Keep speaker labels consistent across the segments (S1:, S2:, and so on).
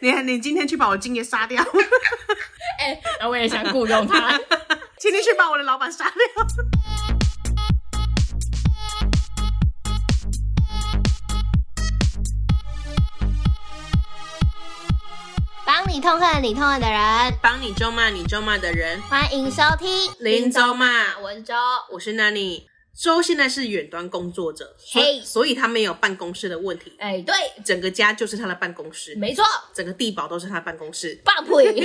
S1: 你你今天去把我金爷杀掉，
S2: 哎、那我也想雇佣他。
S1: 今天去把我的老板杀掉。
S2: 帮你痛恨你痛恨的人，
S1: 帮你咒骂你咒骂的人，
S2: 欢迎收听
S1: 林咒骂，
S2: 我是周。
S1: 我是 Nanny。周现在是远端工作者，所
S2: 嘿
S1: 所以他没有办公室的问题，
S2: 哎、对，
S1: 整个家就是他的办公室，
S2: 没错，
S1: 整个地堡都是他的办公室。
S2: 棒 腿，嗯，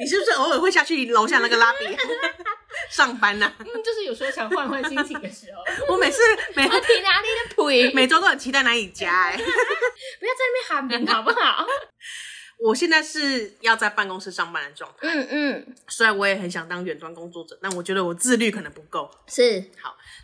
S1: 你是不是偶尔会下去楼下那个拉比 上班呢、
S2: 嗯就是有时候想换换心情的 时候，
S1: 我每次每
S2: 我挺啊哪里的腿？
S1: 每周都很期待哪里家哎、
S2: 不要在那边喊名好不好？
S1: 我现在是要在办公室上班的状态，
S2: 嗯嗯，
S1: 虽然我也很想当远端工作者，但我觉得我自律可能不够。
S2: 是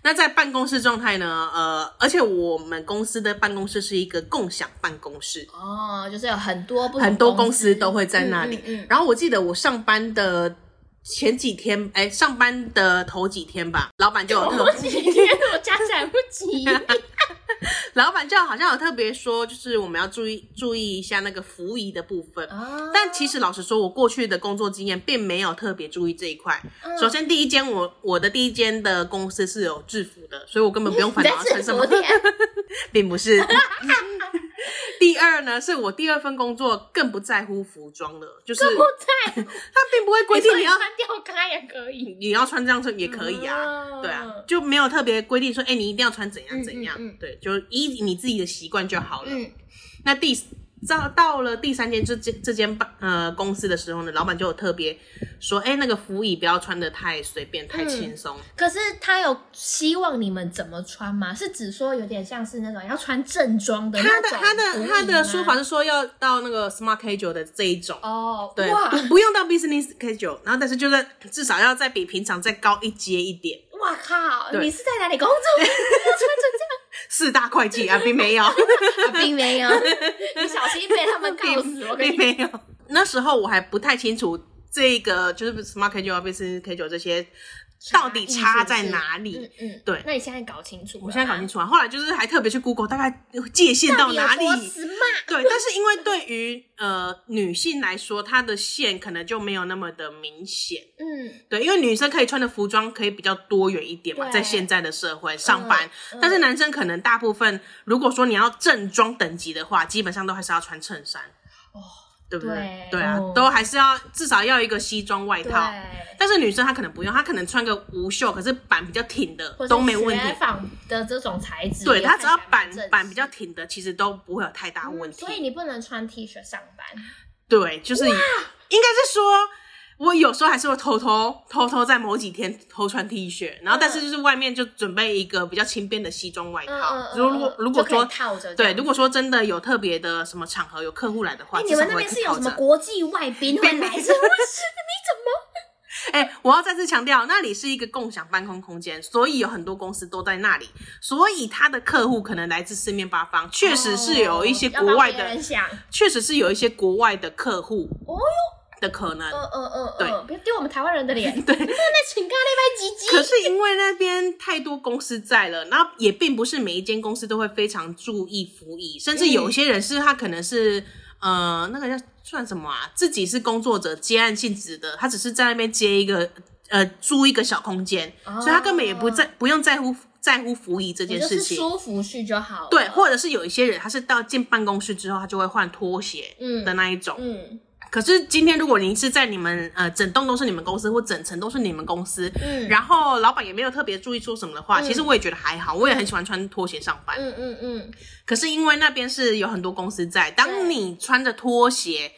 S1: 那在办公室状态呢？呃，而且我们公司的办公室是一个共享办公室，
S2: 哦，就是有很多不同
S1: 很多公司都会在
S2: 嗯
S1: 那里。
S2: 嗯嗯
S1: 然后我记得我上班的前几天，哎，上班的头几天吧，老板就有特
S2: 我几天我加起来不 及，
S1: 老板就好像有特别说，就是我们要注意注意一下那个服仪的部分。
S2: 啊
S1: 但其实老实说，我过去的工作经验并没有特别注意这一块。
S2: 嗯
S1: 首先，第一间我我的第一间的公司是有制服的，所以我根本不用烦
S2: 你在
S1: 恼要穿
S2: 吃
S1: 什
S2: 昨
S1: 么，
S2: 天啊
S1: 并不是。 第二呢，是我第二份工作更不在乎服装了，就是
S2: 不在，
S1: 他并不会规定
S2: 你
S1: 你
S2: 说
S1: 要
S2: 你穿吊咖也可以，
S1: 你要穿这样穿也可以啊，
S2: 哦
S1: 对啊，就没有特别规定说，哎、你一定要穿怎样怎样，
S2: 嗯嗯嗯
S1: 对，就依你自己的习惯就好了。
S2: 嗯，
S1: 那第到到了第三间这间这间办呃公司的时候呢，老板就有特别说，哎、那个服仪不要穿的太随便、
S2: 嗯
S1: 太轻松。
S2: 可是他有希望你们怎么穿吗？是指说有点像是那种要穿正装的
S1: 他
S2: 那
S1: 的
S2: 种
S1: 他的他的说法
S2: 是
S1: 是说要到那个 smart casual 的这一种。
S2: 哦，
S1: 对
S2: 哇，
S1: 不不用到 business casual，然后但是就是至少要再比平常再高一阶一点，
S2: 哇靠，
S1: 对
S2: 你是在哪里 工作？要穿
S1: 四大会 计啊，并没有。
S2: 成这样，并没 有，你小心被他们告死，我跟
S1: 并
S2: 你
S1: 没有。那时候我还不太清楚这个就是 Smart K 九和 Business K 九这些到底差在哪里。
S2: 嗯嗯，
S1: 对
S2: 那你现在搞清楚了吗，
S1: 我现在搞清楚了，后来就是还特别去 Google 大概界限
S2: 到
S1: 到
S2: 底
S1: 哪里
S2: 有。多 smart？
S1: 对， 但是因为对于呃女性来说，她的线可能就没有那么的明显。
S2: 嗯，
S1: 对，因为女生可以穿的服装可以比较多元一点嘛，
S2: 对
S1: 在现在的社会上班，
S2: 嗯
S1: 但是男生可能大部分，如果说你要正装等级的话，基本上都还是要穿衬衫，
S2: 哦，
S1: 对不对？
S2: 对
S1: 啊，
S2: 哦
S1: 都还是要至少要一个西装外
S2: 对，
S1: 套。但是女生她可能不用，她可能穿个无袖，可是板比较挺的
S2: 或是
S1: 都没问题
S2: 雪。纺的这种材质，
S1: 对，
S2: 也
S1: 她
S2: 看
S1: 只
S2: 起来
S1: 要板
S2: 蛮正式嗯
S1: 板比较挺的，其实都不会有太大问题。
S2: 所以你不能穿 T 恤上班。
S1: 对，就是应该是说，我有时候还是会偷偷偷偷在某几天偷穿 T 恤，然后但是就是外面就准备一个比较轻便的西装外
S2: 嗯
S1: 套
S2: 嗯。嗯，
S1: 如如果
S2: 嗯
S1: 如果
S2: 就可以
S1: 说
S2: 套着这
S1: 对，
S2: 样，
S1: 如果说真的有特别的什么场合有客户来的话，
S2: 哎
S1: 至
S2: 你
S1: 少
S2: 们
S1: 我
S2: 那
S1: 会
S2: 边是有
S1: 套
S2: 什么
S1: 着
S2: 国际外宾会 来？是不是？你怎么？
S1: 哎、我要再次强调，那里是一个共享办公空间，所以有很多公司都在那里，所以他的客户可能来自四面八方， 确实是有一些
S2: 哦
S1: 国外
S2: 要帮别
S1: 的
S2: 人，想，
S1: 确、实是有一些国外的客户
S2: 哦
S1: 的可能。
S2: 嗯嗯嗯，嗯
S1: 对，
S2: 不要丢我们台湾人的脸。对， 那请咖那边吉
S1: 可
S2: 吉。
S1: 是因为那边太多公司在了，然后也并不是每一间公司都会非常注意服役，甚至有一些人是他可能是、呃那个叫算什么啊，自己是工作者接案性质的，他只是在那边接一个呃租一个小空间，
S2: 哦
S1: 所以他根本也不在不用在乎在乎服役这
S2: 你
S1: 件
S2: 就
S1: 事
S2: 是
S1: 情。
S2: 舒服去就好了。
S1: 对，或者是有一些人，他是到进办公室之后，他就会换拖鞋
S2: 嗯
S1: 的那一种。
S2: 嗯
S1: 可是今天如果您是在你们呃整栋都是你们公司或整层都是你们公司，
S2: 嗯
S1: 然后老板也没有特别注意说什么的话，其实我也觉得还好，我也很喜欢穿拖鞋上班。
S2: 嗯嗯嗯，
S1: 可是因为那边是有很多公司在，当
S2: 对
S1: 你穿着拖鞋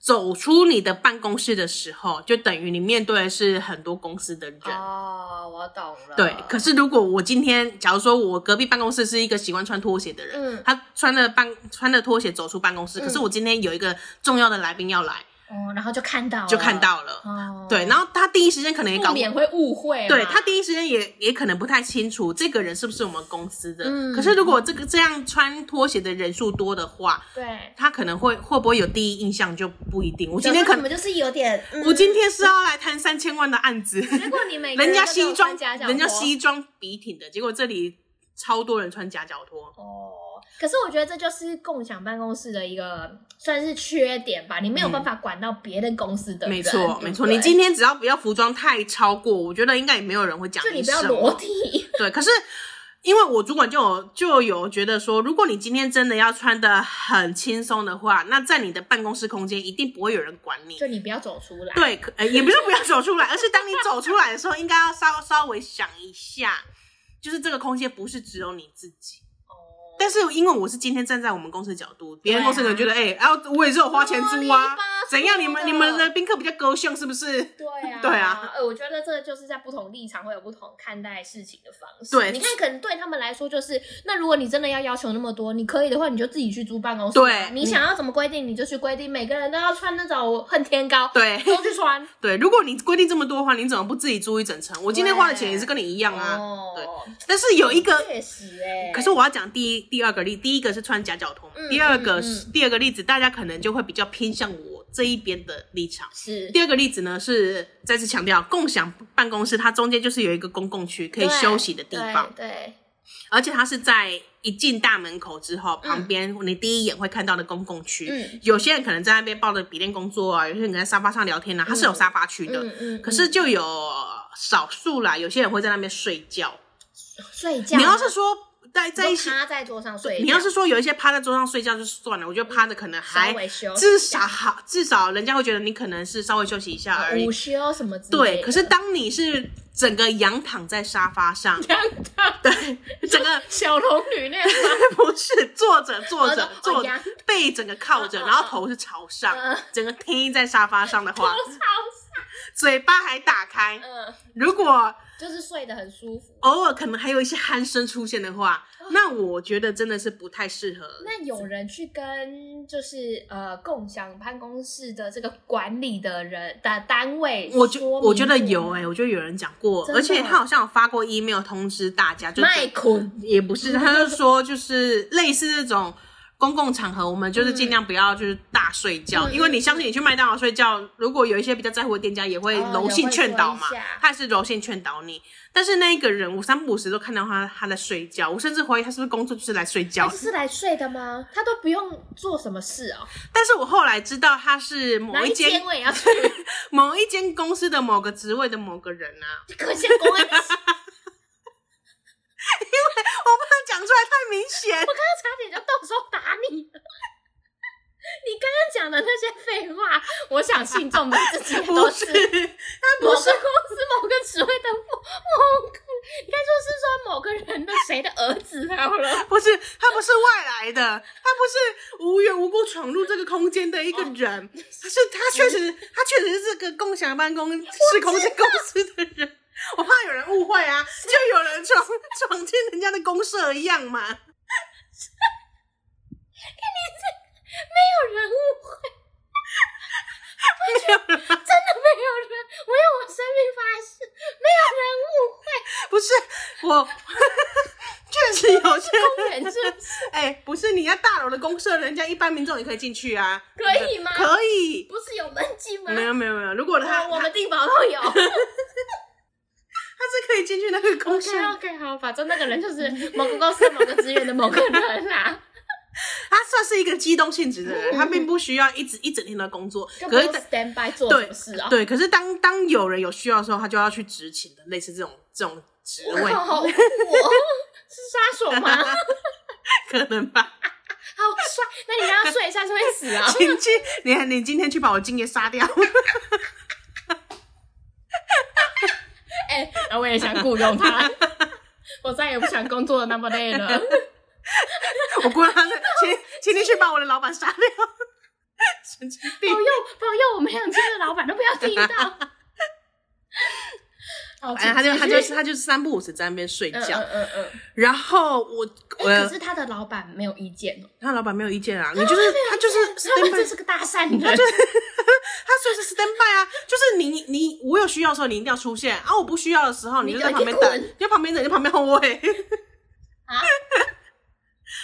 S1: 走出你的办公室的时候，就等于你面对的是很多公司的人。
S2: 哦，我懂了。
S1: 对，可是如果我今天，假如说我隔壁办公室是一个喜欢穿拖鞋的人，
S2: 嗯
S1: 他穿着办穿着拖鞋走出办公室，可是我今天有一个重要的来宾要来，
S2: 哦，然后就看到了
S1: 就看到了，
S2: 哦，
S1: 对，然后他第一时间可能也搞
S2: 不免会误会嘛。
S1: 对他第一时间也也可能不太清楚这个人是不是我们公司的，
S2: 嗯
S1: 可是如果这个这样穿拖鞋的人数多的话，
S2: 对，
S1: 他可能会会不会有第一印象就不一定。我今
S2: 有
S1: 天
S2: 时候
S1: 可能
S2: 你们就是有点，嗯
S1: 我今天是要来谈三千万的案子，
S2: 如果你每个
S1: 人家
S2: 都给我
S1: 西装
S2: 穿夹脚
S1: 人家
S2: 拖
S1: 西装笔挺的，结果这里超多人穿夹脚拖，
S2: 哦，可是我觉得这就是共享办公室的一个算是缺点吧，你没有办法管到别的公司的人。
S1: 没
S2: 对
S1: 错
S2: 不，对
S1: 没错。你今天只要不要服装太超过，我觉得应该也没有人会讲
S2: 就你不
S1: 什
S2: 要
S1: 么
S2: 裸体，
S1: 对，可是因为我主管就有就有觉得说，如果你今天真的要穿的很轻松的话，那在你的办公室空间一定不会有人管你。
S2: 就你不要走出来。
S1: 对，可呃也不是不要走出来，而是当你走出来的时候，应该要稍稍微想一下，就是这个空间不是只有你自己。
S2: 哦，
S1: 但是因为我是今天站在我们公司的角度，别人
S2: 对啊
S1: 公司可能觉得，哎、啊，我也是有花钱租啊
S2: 啰里吧，嗦
S1: 怎样？你
S2: 的
S1: 们你们的宾客比较高兴是不是？
S2: 对啊，
S1: 对啊
S2: 呃，我觉得这就是在不同立场会有不同看待事情的方式。
S1: 对
S2: 你看，可能对他们来说就是，那如果你真的要要求那么多，你可以的话，你就自己去租办公室嘛。
S1: 对
S2: 你想要怎么规定，你就去规定，每个人都要穿那种恨天高，
S1: 对
S2: 都去穿。
S1: 对，如果你规定这么多的话，你怎么不自己租一整层？我今天花的钱也是跟你一样啊。对
S2: 哦，
S1: 但是有一个，
S2: 确实哎、
S1: 可是我要讲第一第二个例，第一个是穿夹脚拖嘛，
S2: 嗯
S1: 第二个、
S2: 嗯嗯
S1: 第二个例子，大家可能就会比较偏向我这一边的立场。
S2: 是
S1: 第二个例子呢是再次强调，共享办公室它中间就是有一个公共区可以
S2: 对
S1: 休息的地方，
S2: 对，对
S1: 而且它是在一进大门口之后，旁边你第一眼会看到的公共区。
S2: 嗯
S1: 有些人可能在那边抱着笔电工作啊，有些人可能在沙发上聊天啊，它是有沙发区的。
S2: 嗯嗯，
S1: 可是就有少数啦，有些人会在那边睡觉。
S2: 睡觉，
S1: 你要是说在在一
S2: 你
S1: 些
S2: 说，趴在桌上睡觉，
S1: 你要是说有一些趴在桌上睡觉就算了，我觉得趴着可能
S2: 稍
S1: 还
S2: 微休息
S1: 至少好，至少人家会觉得你可能是稍微休息一下而已
S2: 午。休什么之类
S1: 对，
S2: 的
S1: 可是当你是整个仰躺在沙发 上，对，整个
S2: 啊小龙女那样啊 吗
S1: 不是坐着坐
S2: 哦
S1: 着
S2: 哦
S1: 坐着
S2: 仰，
S1: 背整个靠着，
S2: 嗯嗯
S1: 然后头是朝上
S2: 嗯，
S1: 整个贴在沙发上的
S2: 我
S1: 话，
S2: 超
S1: 嘴巴还打开，
S2: 嗯，
S1: 如果
S2: 就是睡得很舒服。
S1: 偶尔可能还有一些鼾声出现的话，
S2: 嗯
S1: 那我觉得真的是不太适合。
S2: 那有人去跟就是呃共享办公室的这个管理的人的单位说明过吗，
S1: 我觉我觉得有哎、我觉得有人讲过，
S2: 真的
S1: 而且他好像有发过 email 通知大家，就
S2: 麦昆
S1: 也不 是，他就说就是类似这种公共场合，我们就是尽量不要就是大睡觉，
S2: 嗯
S1: 因为你相信你去麦当劳睡觉，如果有一些比较在乎的店家也会
S2: 哦
S1: 柔性劝导嘛
S2: 也会说一下，
S1: 他也是柔性劝导你。但是那一个人，我三不五时都看到他他在睡觉，我甚至怀疑他是不是工作就是来睡
S2: 他
S1: 觉
S2: 哎只。是来睡的吗？他都不用做什么事哦，
S1: 但是我后来知道他是某
S2: 哪
S1: 一
S2: 一
S1: 间
S2: 天我也要去，
S1: 某一间公司的某个职位的某个人啊，
S2: 可惜公安，我刚刚
S1: 我不能讲出来太明显。
S2: 差点就动手打你了。你刚刚讲的那些废话，我想信众们自己也
S1: 不
S2: 都
S1: 是，
S2: 是不是公司某个职位的某某个，应该说是说某个人的谁的儿子好了。
S1: 不是，他不是外来的，他不是无缘无故闯入这个空间的一个人，他是他确实，
S2: 嗯
S1: 他确实是这个共享办公室空间公司的人。我怕有人误会啊，就有人闯闯进人家的公社一样嘛。
S2: 没有人误会，我觉得真的没有人，我用我生命发誓，没有人误会。
S1: 不是 我，确实有些
S2: 公园是不是
S1: 哎、不是你要大楼的公社，人家一般民众也可以进去啊，
S2: 可以吗
S1: 可以。
S2: 不是有门禁吗？
S1: 没有没有没有，如果他他
S2: 我我
S1: 他
S2: 们地堡 都有。
S1: 是可以进去那个公社
S2: OK OK，好，反正那个人就是某个公司某个职员的某个人啦，
S1: 他算是一个机动性质的人，他并不需要一直一整天的工作
S2: 嗯就，不
S1: 可是
S2: 用 stand by 做什
S1: 对
S2: 么事啊、
S1: 对，可是当当有人有需要的时候，他就要去执勤的，类似这种这种职
S2: 我
S1: 位，
S2: 靠，我是杀手吗？好
S1: 可能 吧。
S2: 帅，那你让他睡一下就会死啊！
S1: 请去，你你今天去把我敬业杀掉，
S2: 哎、那我也想雇佣他，我再也不想工作的那么累了。
S1: 我过他的，请请你去把我的老板杀 掉，神经
S2: 保
S1: 病
S2: 佑。保佑，我们两间的老板都不要听到。哦，
S1: 反正哎他就他
S2: 请继
S1: 就
S2: 续
S1: 是他就是三不五时在那边睡
S2: 嗯
S1: 觉，
S2: 嗯嗯
S1: 然后我
S2: 嗯。哎、可
S1: 我
S2: 是他的老板没有意见哦，
S1: 他老板没有意见 啊，你就是他就是
S2: 他们
S1: standby
S2: 真是个大善人。
S1: 他随时 stand by 啊，就是你你我有需要的时候你一定要出现啊，我不需要的时候你就在旁边等，
S2: 你就
S1: 你就
S2: 一直滚
S1: 旁边等，你就旁边后卫。
S2: 啊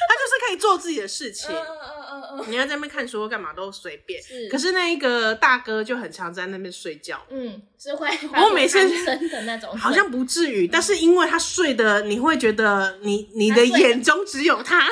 S1: 他就是可以做自己的事情，
S2: 嗯嗯嗯
S1: 你要在那边看书干嘛都随便。
S2: 是
S1: 可是那一个大哥就很常在那边睡觉，
S2: 嗯，是会
S1: 我每次
S2: 真的那种，嗯
S1: 好像不至于，但是因为他睡的，你会觉得你你的
S2: 他睡得
S1: 眼中只有他，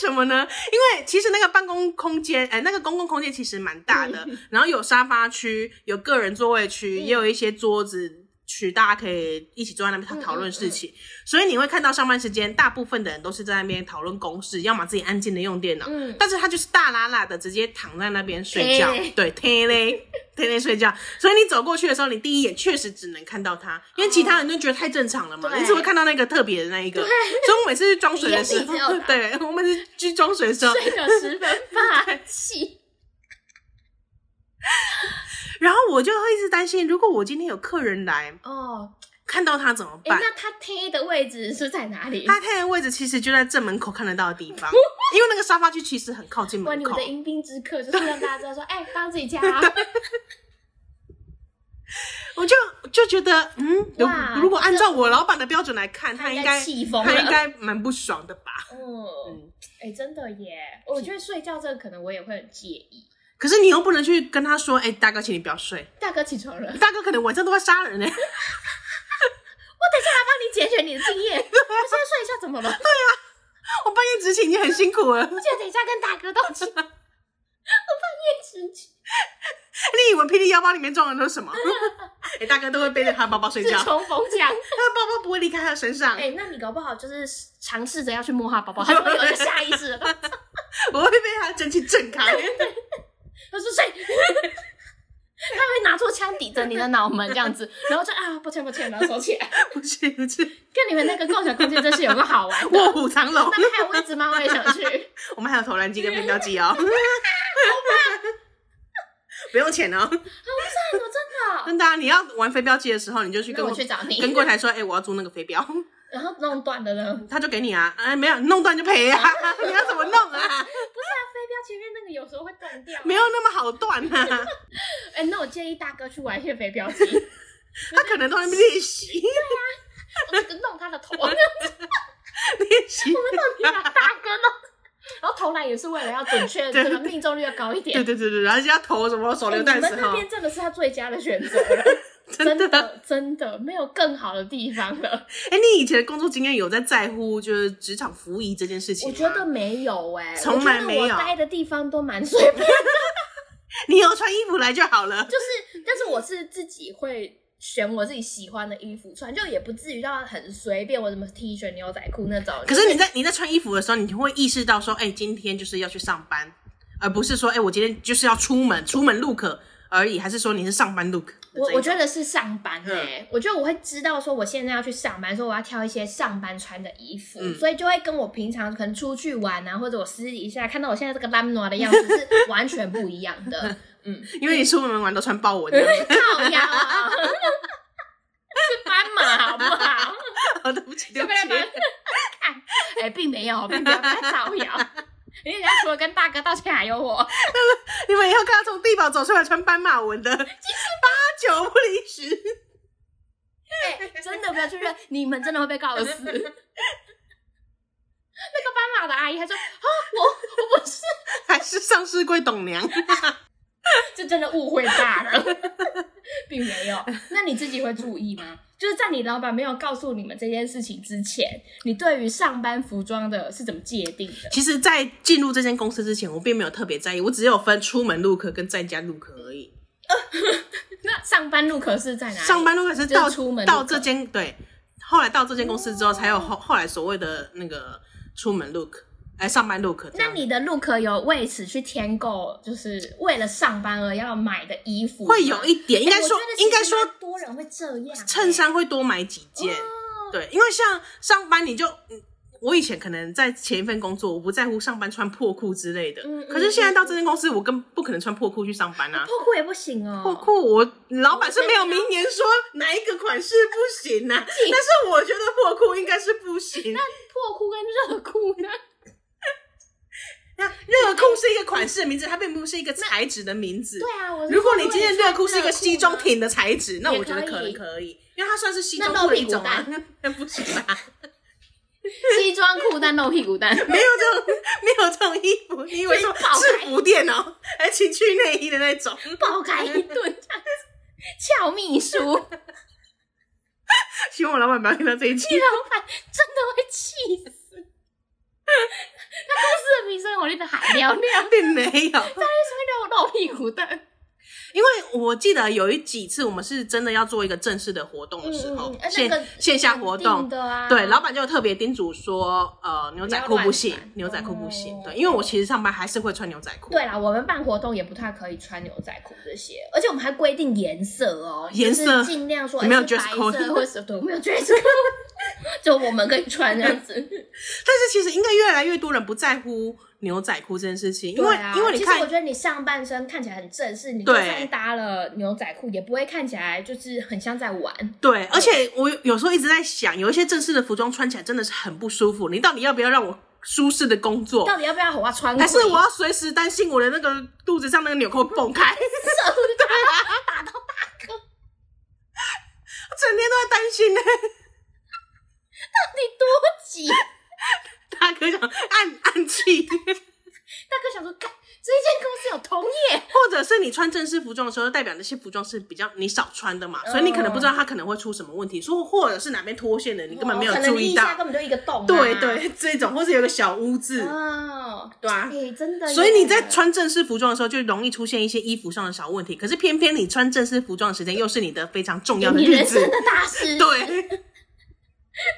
S1: 什么呢？因为其实那个办公空间，哎、那个公共空间其实蛮大的，然后有沙发区，有个人座位区，
S2: 嗯
S1: 也有一些桌子区，大家可以一起坐在那边讨讨论事
S2: 嗯
S1: 情。所以你会看到上班时间，大部分的人都是在那边讨论公事，要么自己安静的用电脑，
S2: 嗯
S1: 但是他就是大拉拉的直接躺在那边睡觉
S2: 贴嘞，
S1: 对，天嘞，天嘞睡觉。所以你走过去的时候，你第一眼确实只能看到他，因为其他人就觉得太正常了嘛，
S2: 对
S1: 你只会看到那个特别的那一个。所以我每次去装水的时
S2: 你眼里只
S1: 候
S2: 有，他
S1: 对我每次去装水的时候，
S2: 睡得十分霸气。
S1: 然后我就会一直担心，如果我今天有客人来
S2: 哦，
S1: 看到他怎么
S2: 哎、
S1: 办？
S2: 那他贴的位置是在哪里？
S1: 他看的位置其实就在正门口看得到的地 方，因为那个沙发区其实很靠近
S2: 哇，
S1: 门
S2: 你们
S1: 口
S2: 的。迎宾之客就是让大家知道说，哎、当自己 家、
S1: 我就就觉得，嗯，如
S2: 哇
S1: 如果按照我老板的标准来看，他应该
S2: 气疯
S1: 他应
S2: 了。
S1: 该蛮不爽的吧？
S2: 嗯，
S1: 嗯，
S2: 哎、真的耶，我觉得睡觉这个可能我也会很介意。
S1: 可是你又不能去跟他说，哎、大哥，请你不要睡，
S2: 大哥起床了，我等
S1: 大哥可能晚上都会杀人呢、欸
S2: 一下来帮你解决你的经 验。我先睡一下，怎么了？而
S1: 我半夜执勤已经很辛苦了，
S2: 且等一下跟大哥道 歉。我半夜直接
S1: 你以为霹雳腰包里面装的都是什么？ 哎、大哥都会背着他的包包 睡觉，
S2: 是
S1: 他的
S2: 冲锋 枪。
S1: 包包不会离开他的身上。
S2: 哎、那你搞不好就是尝试着要去摸他宝宝，他就会有一个下意识的动作，
S1: 我会被他的蒸汽震 开。
S2: 他说睡， 他会拿出枪抵着你的脑门这样子， 然后就啊，抱歉抱歉，然后收起来。
S1: 不是不是，
S2: 跟你们那个共享空间真是有个好玩 的，
S1: 卧虎藏龙
S2: 那。边还有位置吗？我也想 去。
S1: 我们还有投篮机跟面包机 哦，不用钱哦。
S2: 赞哦，真的。
S1: 真的、啊，你要玩飞镖机的时候，你就去
S2: 那
S1: 跟
S2: 我去找你，
S1: 跟柜台说，哎、我要租那个飞镖，
S2: 然后弄断的呢？
S1: 他就给你啊。哎，没有弄断就赔 啊，你要怎么弄啊？
S2: 飞镖前面那个有时候会断掉。
S1: 没有。那么好断 啊，
S2: 哎、那我建议大哥去玩一些飞镖机，
S1: 他可能都在那边练习
S2: 我这个弄他的头，我 们到
S1: 练习。
S2: 底把大哥弄。 然后投篮也是为了要准确，这个命中率要高一点
S1: 对。对对对，然后就要投什么手
S2: 哎
S1: 榴
S2: 你
S1: 弹
S2: 们
S1: 的时
S2: 那
S1: 候，
S2: 边真的是他最佳的选择了，真的真的没有更好的地方了。
S1: 哎，你以前的工作经验有在在乎就是职场服仪这件事情
S2: 我
S1: 吗？
S2: 觉得没有 哎、我
S1: 从来
S2: 觉得
S1: 没有
S2: 我待的地方都蛮 随便，
S1: 你有穿衣服来就好了。
S2: 就是但是我是自己会选我自己喜欢的衣服穿，就也不至于到很随便，我什么 T 恤、牛仔裤那种。
S1: 可是你在你在穿衣服的时候，你就会意识到说，哎、今天就是要去上班，而不是说，哎、我今天就是要出门，出门 look 而已，还是说你是上班 look？
S2: 我
S1: 这一种
S2: 我觉得是上班哎、我觉得我会知道说我现在要去上班，所以我要挑一些上班穿的衣服，
S1: 嗯
S2: 所以就会跟我平常可能出去玩啊，或者我私底下看到我现在这个烂暖的样子是完全不一样 的。嗯，
S1: 因为你出门玩都穿豹 纹的样子，
S2: 靠腰啊，是斑马好不好？
S1: 哦，对不起，对
S2: 就
S1: 不
S2: 被他
S1: 起
S2: 们，看，哎、并没有，并没有，不要造谣。人家除了跟大哥道歉，还有我。
S1: 你们以后看他从地堡走出来穿斑马纹的，八九不离十。
S2: 哎、真的不要去认，你们真的会被告死。那个斑马的阿姨，她说啊，我我不是，
S1: 还是上市柜董娘，
S2: 这真的误会大了，并没有。那你自己会注意吗？就是在你老板没有告诉你们这件事情之前，你对于上班服装的是怎么界定的？
S1: 其实，在进入这间公司之前，我并没有特别在意，我只有分出门 look 跟在家 look 而已。
S2: 那上班路可是在哪里？
S1: 上班 look 是到
S2: 就是出门 look
S1: 到这间对，后来到这间公司之后，才有后后来所谓的那个出门 look，哎，上班 look 这样。
S2: 那你的 look 有为此去添购，就是为了上班而要买的衣服吗，
S1: 会有一点，
S2: 哎
S1: 应该
S2: 我
S1: 说
S2: 觉得，其实
S1: 应该说
S2: 蛮哦多人会这样，哎
S1: 衬衫会多买几件， 对，因为像上班你就，嗯我以前可能在前一份工作，我不在乎上班穿破裤之类的，
S2: 嗯嗯
S1: 可是现在到这间公司，我根本不可能穿破裤去上班啊。
S2: 破裤也不行哦，
S1: 破裤，我老板是没有明言说哪一个款式不行 呐、但是我觉得破裤应该是不行。
S2: 破裤跟热裤呢？
S1: 那热裤是一个款式的名字，它并不是一个材质的名字。
S2: 对啊，我是
S1: 如果
S2: 说
S1: 你今天热
S2: 穿
S1: 裤是一个西装
S2: 呢，
S1: 挺的材质，那
S2: 也
S1: 我觉得
S2: 可
S1: 可能
S2: 以
S1: 可以，因为它算是西
S2: 那
S1: 装
S2: 露
S1: 裤的
S2: 屁
S1: 一
S2: 股
S1: 种啊。 那不行吧？
S2: 西装裤但露屁股蛋，
S1: 没有这种 没有这种衣服，你以为说
S2: 就是爆开
S1: 制服店哦，还情趣内衣的那种？
S2: 爆开一顿这样子。俏秘书，你老
S1: 希望我老板不要听到这一期。
S2: 板真的会气死。他公司视频生活里的海聊聊，
S1: 并没有，
S2: 那种露屁股的，
S1: 因为我记得有一几次我们是真的要做一个正式的活动的时候
S2: 嗯嗯嗯，呃
S1: 线、
S2: 那个
S1: 线下活
S2: 肯定
S1: 动，
S2: 的啊，
S1: 对，老板就特别叮嘱说，呃，牛仔裤不行
S2: 不要乱穿，
S1: 牛仔裤不行。
S2: 哦
S1: 对，因为我其实上班还是会穿牛仔裤，
S2: 对啦，我们办活动也不太可以穿牛仔裤这些，而且我们还规定颜色哦，
S1: 颜色
S2: 就是尽量说
S1: 你没有
S2: 哎是
S1: dress
S2: 白
S1: code
S2: 色或者对，我没有 dress code，就我们可以穿这样
S1: 啊
S2: 子。
S1: 但是其实应该越来越多人不在乎牛仔裤这件事情，因为、
S2: 对啊，
S1: 因为你
S2: 其实我
S1: 看
S2: 觉得你上半身看起来很正式，你就
S1: 对
S2: 算搭了牛仔裤，也不会看起来就是很像在玩。
S1: 对，而且我有有时候一直在想，有一些正式的服装穿起来真的是很不舒服，你到底要不要让我舒适的工作？
S2: 到底要不要我穿？
S1: 还是我要随时担心我的那个肚子上那个纽扣崩开，
S2: 射出去打打到大哥？
S1: 整天都在担心呢、
S2: 你多急？
S1: 大哥想暗暗器，
S2: 大哥想说，干这间公司有同业，
S1: 或者是你穿正式服装的时候，代表那些服装是比较你少穿的嘛，
S2: 嗯
S1: 所以你可能不知道它可能会出什么问题，说或者是哪边脱线了，你根本没有
S2: 哦可能
S1: 注
S2: 你
S1: 意
S2: 一
S1: 到
S2: 下，根本就一个洞、啊。
S1: 对。对，这种或是有个小污渍，
S2: 哦，
S1: 对啊。
S2: 哎，真的耶。
S1: 所以你在穿正式服装的时候，就容易出现一些衣服上的小问题。可是偏偏你穿正式服装的时间，又是你的非常重要的
S2: 你
S1: 日
S2: 人
S1: 子
S2: 生。的大事，
S1: 对，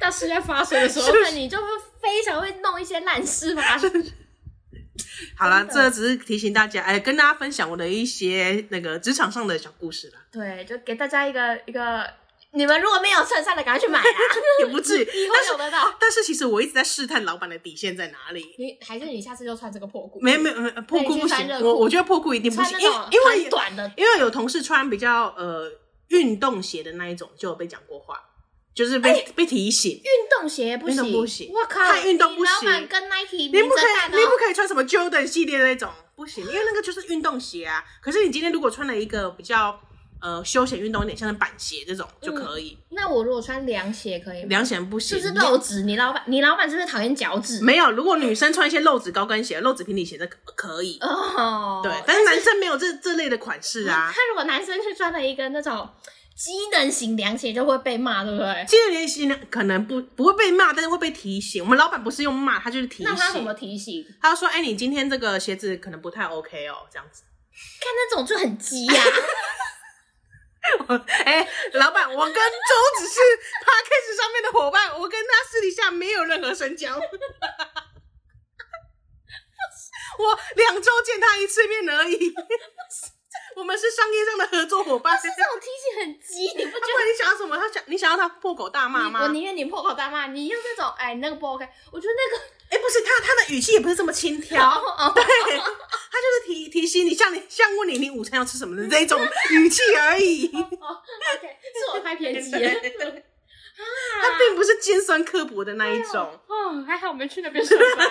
S2: 大事在发生的时候，
S1: 是不
S2: 那你就是非常会弄一些烂事 发生。
S1: 好啦，
S2: 真的
S1: 这只是提醒大家，哎，跟大家分享我的一些那个职场上的小故事啦，
S2: 对，就给大家一个一个，你们如果没有衬衫的，赶快去 买啦，
S1: 也不至于。
S2: 以后
S1: 但是
S2: 有得到。
S1: 但是其实我一直在试探老板的底线在哪里。
S2: 你还是你下次就穿这个破裤，
S1: 没没没，破裤不
S2: 那你去穿
S1: 行
S2: 热，裤
S1: 我我觉得破裤一定不
S2: 穿
S1: 行，
S2: 那
S1: 因
S2: 种
S1: 为因为
S2: 很短的，
S1: 因为有同事穿比较呃运动鞋的那一种，就有被讲过话，就是被、被提醒，
S2: 运动鞋也不
S1: 运动
S2: 行，
S1: 不行
S2: 我靠，
S1: 太运动不行
S2: 你老板跟 Nike
S1: 你
S2: 明
S1: 不可
S2: 着干
S1: 以你不
S2: 哦，
S1: 可以穿什么 Jordan 系列的那种，不行，因为那个就是运动鞋啊。可是你今天如果穿了一个比较呃休闲运动一点，像是板鞋这种
S2: 嗯
S1: 就可以，
S2: 那我如果穿凉鞋可以吗？
S1: 凉鞋不
S2: 是
S1: 行，
S2: 不是露趾？你老板，你老板是不是讨厌脚趾？
S1: 没有，如果女生穿一些露趾高跟鞋、露趾平底鞋的可可以，
S2: 哦，
S1: 对，但是男生没有这这类的款式啊。
S2: 他如果男生去穿了一个那种机能型凉鞋，就会被骂，对不对？
S1: 今年型呢，可能不不会被骂，但是会被提醒。我们老板不是用骂，他就是提
S2: 那他怎么
S1: 醒。
S2: 提醒？
S1: 他就说：“哎、你今天这个鞋子可能不太 OK 哦，这样子。
S2: 看那种就很鸡呀、
S1: 哎、老板，我跟周只是 p a c k a g e 上面的伙伴，我跟他私底下没有任何深交。 我两周见他一次面而已， 我们是商业上的合作伙伴。
S2: 但 是这种提醒很鸡，你不
S1: 他
S2: 觉
S1: 不然你想要什么？他想你想要他破口大骂
S2: 得？
S1: 吗？
S2: 我宁愿你破口大骂，你用那种哎，你那个不 OK，我觉得那 个
S1: 哎、不是他他的语气也不是这么轻佻，
S2: 然后哦，
S1: 对，他就是提提醒你，像你像问你你午餐要吃什么的 这种语气而已，
S2: 哦，OK，是我太偏 激了。
S1: 对他并不是尖酸刻薄的那一种。
S2: 哦，还好我们去那边上 班，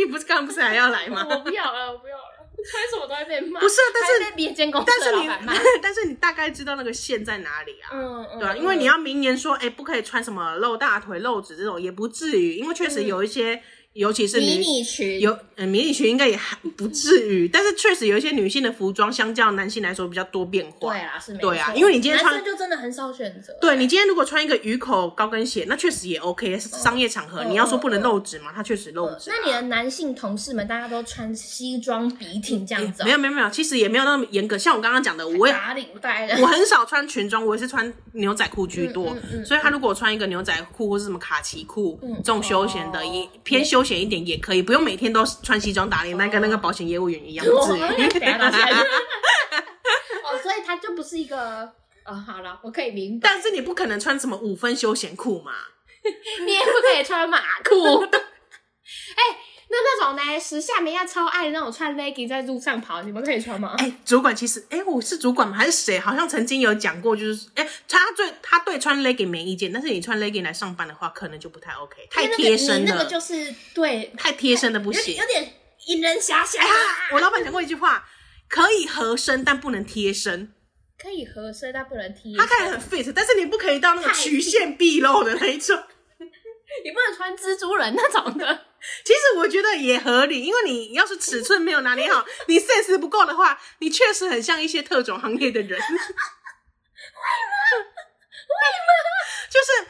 S1: 你不是刚刚不是还要来吗？
S2: 我不要了，我不要了，穿什么都会被骂。
S1: 不是，啊但
S2: 还
S1: 是
S2: 被别间公
S1: 但
S2: 司的
S1: 是
S2: 老
S1: 你
S2: 板骂，
S1: 但是你大概知道那个线在哪里啊？
S2: 嗯嗯，
S1: 对啊，因为你要明言说，哎、不可以穿什么露大腿、露趾这种，也不至于，因为确实有一些，尤其是
S2: 嗯迷
S1: 女
S2: 你裙
S1: 有呃迷你裙应该也还不至于，但是确实有一些女性的服装相较男性来说比较多变化。
S2: 对啦，是没
S1: 对啊
S2: 错
S1: 因为你今天穿
S2: 男生就真的很少选择，
S1: 对你今天如果穿一个鱼口高跟鞋，那确实也 OK，是商业场合。
S2: 嗯
S1: 你要说不能露趾嘛，它确实露趾啊、
S2: 那你的男性同事们大家都穿西装笔挺这样子
S1: 哎
S2: 哦、
S1: 没有没有没有，其实也没有那么严格。像我刚刚讲的，我也
S2: 打领带的，
S1: 我很少穿裙装，我也是穿牛仔裤居多。
S2: 嗯嗯嗯嗯
S1: 所以他如果穿一个牛仔裤或是什么卡其裤、这种休闲的，
S2: 哦
S1: 也偏休闲一点也可以，不用每天都穿西装打领带，跟那个保险业务员一样，不至于。
S2: 等一下等一下 哦，所以他就不是一个。哦，好了，我可以明白。
S1: 但是你不可能穿什么五分休闲裤嘛？
S2: 你也不可以穿马裤。 哎、那那种呢，时下没亚超爱那种穿 legging 在路上跑，你们可以穿吗？
S1: 哎、主管其实，哎、我是主管吗？还是谁？好像曾经有讲过，就是，哎、他对他对穿 legging 没意见，但是你穿 legging 来上班的话，可能就不太 OK，太
S2: 因哎为那个
S1: 贴身
S2: 你
S1: 了，
S2: 那个就是对，
S1: 太贴身的不
S2: 有点
S1: 行
S2: 有。点引人遐想
S1: 哎、。他我老板讲过一句话，可以合身，但不能贴身。
S2: 可以合身，但不能踢。
S1: 他看起来很 fit，但是你不可以到那个
S2: 太
S1: 曲线毕露的那一种。
S2: 你不能穿蜘蛛人那种的。
S1: 其实我觉得也合理，因为你要是尺寸没有拿捏好，你 sense 不够的话，你确实很像一些特种行业的人。为 吗？为吗？就是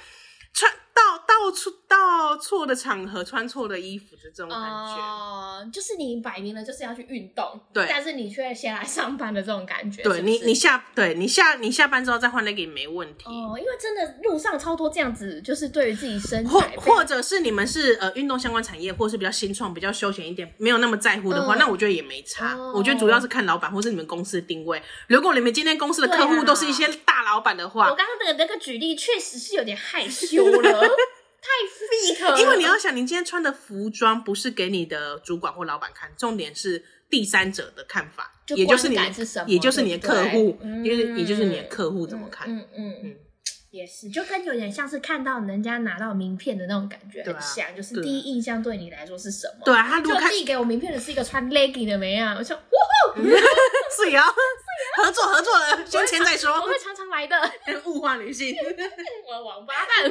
S1: 穿到到处到错的场合穿错的衣服的这种感觉。
S2: 哦，就是你摆明了就是要去运动，
S1: 对
S2: 但是你却先来上班的这种感觉，
S1: 对
S2: 是不
S1: 你，
S2: 是
S1: 你下对你下你下班之后再换那个也没问题。
S2: 哦，因为真的路上超多这样子，就是对于自己身
S1: 或
S2: 材
S1: 或者是你们是呃运动相关产业，或是比较新创、比较休闲一点，没有那么在乎的话，
S2: 嗯
S1: 那我觉得也没差。
S2: 哦
S1: 我觉得主要是看老板或是你们公司的定位。如果你们今天公司的客
S2: 对
S1: 户
S2: 啊
S1: 都是一些大老板的话
S2: 我，刚刚的那个举例确实是有点害 羞了，太 fit 了，
S1: 因为你要想，你今天穿的服装不是给你的主管或老板看，重点是第三者的看法，
S2: 就
S1: 也就是你
S2: 观感是什么
S1: 也就是你的客户，
S2: 对不对
S1: 就是
S2: 嗯
S1: 也就是你的客户怎么看。
S2: 嗯嗯
S1: 嗯
S2: 嗯，也是，就跟有点像是看到人家拿到名片的那种感觉
S1: 对啊
S2: 很像，就是
S1: 对啊
S2: 第一印象对你来说是什么？
S1: 对啊，他如
S2: 就
S1: 果看
S2: 递给我名片的是一个穿 legging 的美啊，我说哇，
S1: 是也要 合作合作了，先前再
S2: 我
S1: 说，
S2: 会常常来的，
S1: 物化女性。
S2: 我王八 蛋。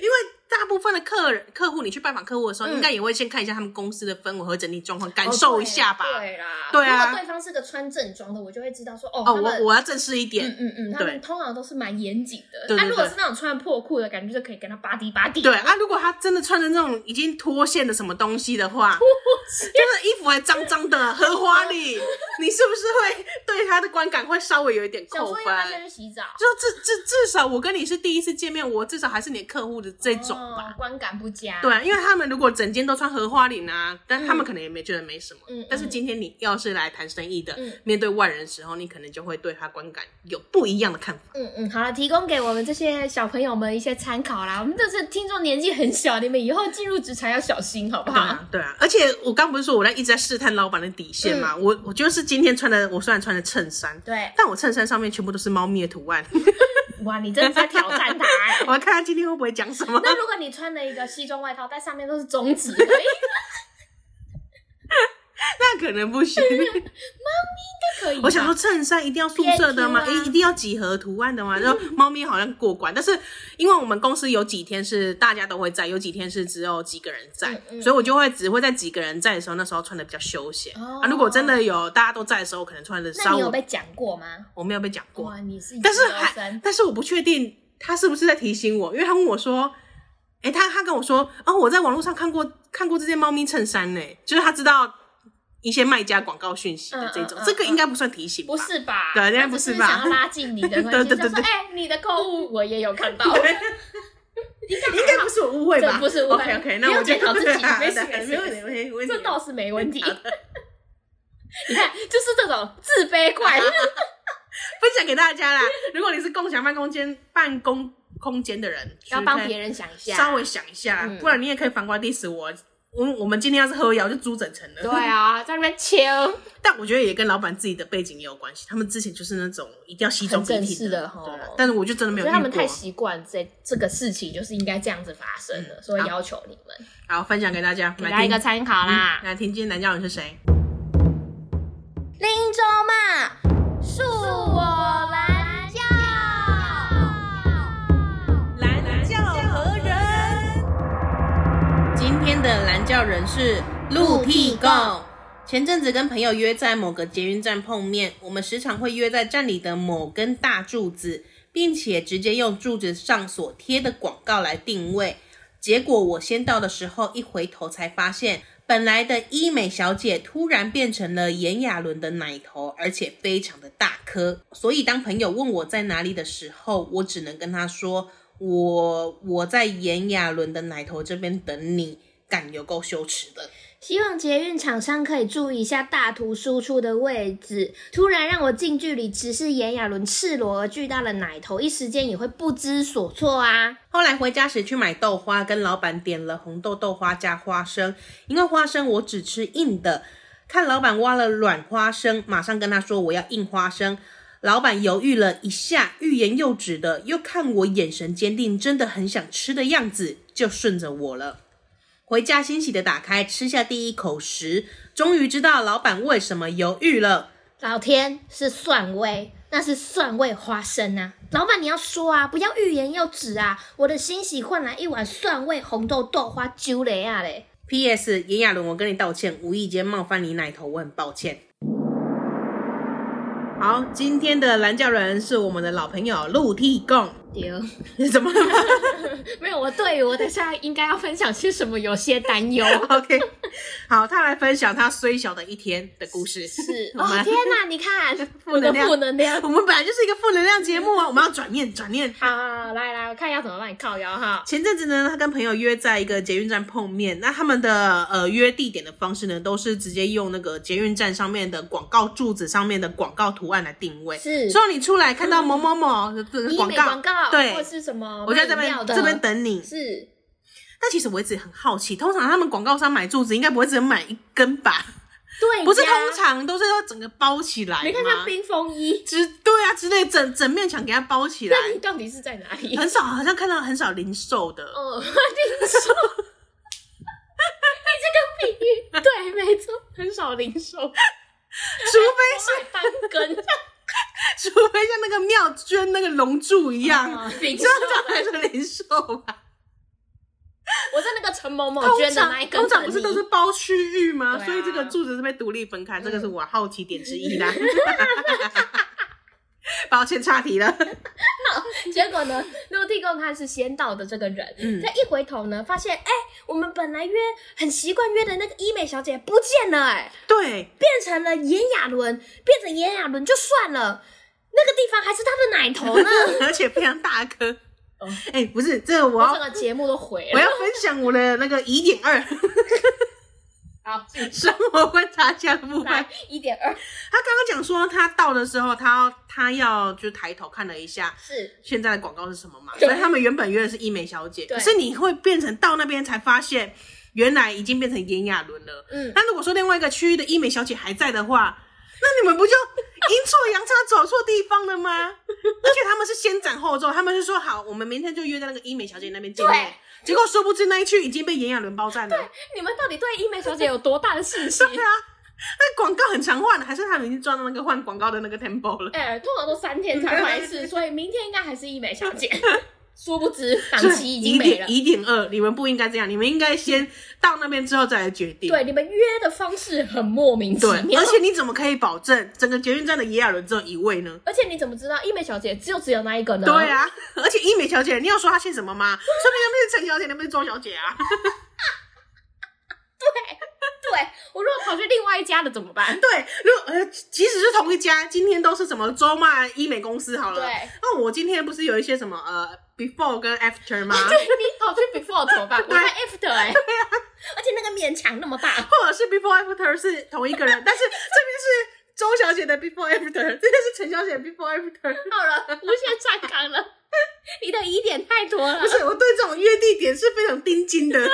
S1: 因为大部分的客人、客户，你去拜访客户的时候，
S2: 嗯
S1: 应该也会先看一下他们公司的氛围和整体状况，感
S2: 哦
S1: 受
S2: 对
S1: 一下吧。
S2: 对啦，
S1: 对啊
S2: 如果对方是个穿正装的，我就会知道说，哦，
S1: 哦，
S2: 他们
S1: 我我要正式一
S2: 嗯
S1: 点。
S2: 嗯嗯，他
S1: 对
S2: 们通常都是蛮严谨的。
S1: 对对
S2: 那、如果
S1: 对
S2: 是那种穿破裤的，感觉就可以跟他吧唧吧唧。
S1: 对啊，如果他真的穿着那种已经脱线的什么东西的话，就是衣服还脏脏的，荷花粒，你是不是会对他的观感会稍微有一点
S2: 想
S1: 扣
S2: 说
S1: 分？
S2: 要不要先去洗澡？
S1: 就至至至少我跟你是第一次见面，我至少还是你的客户的这种吧。
S2: 哦观感不佳。
S1: 对，啊因为他们如果整间都穿荷花领啊，但他们可能也没觉得没什么。
S2: 嗯嗯嗯
S1: 但是今天你要是来谈生意的，
S2: 嗯
S1: 面对外人的时候，你可能就会对他观感有不一样的看法。
S2: 嗯嗯，好了，提供给我们这些小朋友们一些参考啦。我们这是听众年纪很小，你们以后进入职场要小心，好不
S1: 对
S2: 好？
S1: 啊，对啊，而且我刚不是说我在一直在试探老板的底线嘛？我我就是今天穿的，我虽然穿的衬衫，
S2: 嗯对，
S1: 但我衬衫上面全部都是猫咪的图案，
S2: 哇，你真的在挑战他、欸。
S1: 我要看他今天会不会讲什么。
S2: 那如果你穿了一个西装外套，但上面都是中指，可以
S1: 那可能不 行。
S2: 可以吧？
S1: 我想说衬衫一定要素色的吗？
S2: PQ 啊
S1: 一一定要几何图案的吗？然后猫咪好像过关，但是因为我们公司有几天是大家都会在，有几天是只有几个人在，
S2: 嗯嗯
S1: 所以我就会只会在几个人在的时候，那时候穿的比较休闲、
S2: 哦
S1: 啊。如果真的有大家都在的时候，我可能穿的
S2: 那
S1: 稍
S2: 你有
S1: 微
S2: 被讲过吗？
S1: 我没有被讲过，
S2: 哇，你是
S1: 但是
S2: 研究
S1: 还
S2: 生
S1: 但是我不确定他是不是在提醒我，因为他问我说。诶，他他跟我说，哦，我在网络上看过看过这件猫咪衬衫呢，就是他知道一些卖家广告讯息的这种，
S2: 嗯嗯嗯
S1: 这个应该不算提醒吧，
S2: 不是吧？
S1: 对应该
S2: 他
S1: 不
S2: 只
S1: 是
S2: 是
S1: 吧
S2: 想要拉近你 的关
S1: 对
S2: 系，
S1: 对
S2: 就
S1: 对
S2: 说
S1: 对
S2: 哎，你的购物我也有看 到，
S1: 应该不是我误会吧？
S2: 这不是误会
S1: OK OK，
S2: 不
S1: 那
S2: 要
S1: 我就
S2: 检讨自 己
S1: 好
S2: 没事
S1: 的
S2: 没事
S1: 没问题，没问题。
S2: 这倒是没问 题。你看，就是这种自卑怪，
S1: 分享给大家啦。如果你是共享办公间、办公空间的人，
S2: 要帮别
S1: 人
S2: 人想一下。
S1: 稍微想一下，
S2: 嗯
S1: 不然你也可以反过来 diss 我。我我们今天要是喝药，就猪整层了。
S2: 对，啊，在那边 切
S1: 但我觉得也跟老板自己的背景也有关系。他们之前就是那种一定要西装笔
S2: 很正
S1: 挺
S2: 式的吼
S1: 对啊但是我就真的没
S2: 所
S1: 有遇
S2: 以他们
S1: 过。
S2: 太习惯这这个事情，就是应该这样子发生的，所以
S1: 好
S2: 要求你们
S1: 好，分享给大家，
S2: 给大家一个参考啊啦。
S1: 来听今天男教人是谁？
S2: 林州嘛，恕我蓝教。
S1: 蓝教何人？今天的蓝教人是陆地狗。前阵子跟朋友约在某个捷运站碰面，我们时常会约在站里的某根大柱子，并且直接用柱子上所贴的广告来定位。结果我先到的时候，一回头才发现，本来的医美小姐突然变成了炎亚纶的奶头，而且非常的大颗。所以当朋友问我在哪里的时候，我只能跟他说：“我我在炎亚纶的奶头这边等你。”感有够羞耻的，
S3: 希望捷运厂商可以注意一下大图输出的位置。突然让我近距离直视炎亚纶赤裸而巨大的奶头，一时间也会不知所措啊！
S1: 后来回家时去买豆花，跟老板点了红豆豆花加花生，因为花生我只吃硬的。看老板挖了软花生，马上跟他说我要硬花生。老板犹豫了一下，欲言又止的，又看我眼神坚定，真的很想吃的样子，就顺着我了。回家欣喜的打开，吃下第一口时，终于知道老板为什么犹豫了。
S3: 老天是蒜味，那是蒜味花生啊！老板，你要说啊，不要欲言又止啊！我的欣喜换来一碗蒜味红豆豆花揪雷啊嘞！
S1: P.S. 炎亚纶，我跟你道歉，无意间冒犯你奶头，我很抱歉。好，今天的蓝教人是我们的老朋友陆地贡，
S3: 对，
S1: 你怎么了吗
S3: 没有，我对于我等下应该要分享些什么有些担忧。
S1: ？OK，好，他来分享他虽小的一天的故事。
S3: 是
S1: 我们
S3: 哦，天哪！你看我的
S1: 能量
S3: 负能量。
S1: 我们本来就是一个负能量节目啊，我们要转念转念。
S3: 好，来来，我看要怎么帮你靠腰哈。
S1: 前阵子呢，他跟朋友约在一个捷运站碰面，那他们的呃约地点的方式呢，都是直接用那个捷运站上面的广告柱子上面的广告图案来定位。
S3: 是
S1: 所以你出来看到某某某这个
S3: 医
S1: 广
S3: 美
S1: 告，
S3: 广告，
S1: 对
S3: 或是什么
S1: 我就在这
S3: 卖饮
S1: 边
S3: 料的，
S1: 这边等你。
S3: 是
S1: 但其实我一直很好奇，通常他们广告商买柱子应该不会只买一根吧？
S3: 对，
S1: 不是通。常都是要整个包起来吗？
S2: 哎你看像冰风衣，
S1: 之对啊之类，整整面墙给它包起来，
S2: 那你到底是在哪里？
S1: 很少好像看到很少零售的。
S2: 哦，零售，哎你这个比喻对，没错，很少零售，我
S1: 除非
S2: 买单根，
S1: 除非像那个妙娟那个龙柱一样，
S2: 啊零
S1: 你
S2: 售
S1: 这样讲还是零售吧？
S2: 我在那个陈某某
S1: 通
S2: 捐的
S1: 常
S2: 那一根
S1: 通常
S2: 等
S1: 不是
S2: 你
S1: 都是包区域吗？
S2: 对啊嗯
S1: 所以这个柱子是被独立分开，这个是我好奇点之一啦。 抱歉，岔题了。
S2: 结果呢，陆地公他是先到的这个人，
S1: 嗯
S2: 他一回头呢，发现哎、我们本来约很习惯约的那个医美小姐不见了、哎，
S1: 对，
S2: 变成了炎亚纶，变成炎亚纶就算了，那个地方还是他的奶头 呢。
S1: 而且非常大颗
S2: 嗯哦。
S1: 哎、不是，这个我要
S2: 我整个节目都毁
S1: 我
S2: 了。
S1: 要分享我的那个疑点二
S2: 好，继续
S1: 生活观察家的部分。
S2: 来一点二
S1: 他刚刚讲说，他到的时候，他要他要就抬头看了一下
S2: 是
S1: 现在的广告是什么嘛，
S2: 对
S1: 所以他们原本约的是医美小姐，
S2: 对
S1: 可是你会变成到那边才发现，原来已经变成炎亚纶了。
S2: 嗯
S1: 那如果说另外一个区域的医美小姐还在的话， 那你们不就阴错阳差走错地方了 吗？而且他们是先斩后奏，他们是说好，我们明天就约在那个医美小姐那边见面
S2: 对。
S1: 结果殊不知那一区已经被炎亚纶包占了。
S2: 你们到底对医美小姐有多大的 信心？
S1: 对啊，那广告很常换的，还是他们已经抓到那个换广告的那个 tempo 了？
S2: 哎、通常都三天才换 一次，所以明天应该还是医美小姐。殊不知档期已经
S1: 疑
S2: 没了
S1: 点。疑点二，你们不应该这样，你们应该先到那边之后再来决定。
S2: 对，你们约的方式很莫名其
S1: 对，
S2: 妙
S1: 而。且你怎么可以保证整个捷运站的炎亚纶只有一位呢？
S2: 而且你怎么知道医美小姐只有只有那一个呢？
S1: 对，啊， 而且医美小姐，你有说她姓什么吗？说明那边是陈小姐，那边是周小姐啊。
S2: 对我如果跑去另外一家的怎么办？
S1: 对，如果呃，即使是同一家，今天都是什么周骂医美公司好了。
S2: 对，
S1: 那我今天不是有一些什么呃 before 跟 after 吗？
S2: 对 你跑去 before 怎么办？我
S1: 对
S2: 在 after 哎、而且那个勉强那么大，
S1: 或者是 before after 是同一个人， 但是这边是周小姐的 before after，这边是陈小姐的 before after。
S2: 好了，无限上纲 了。你的疑点太多了
S1: 不。是，我对这种约地点是非常盯紧的。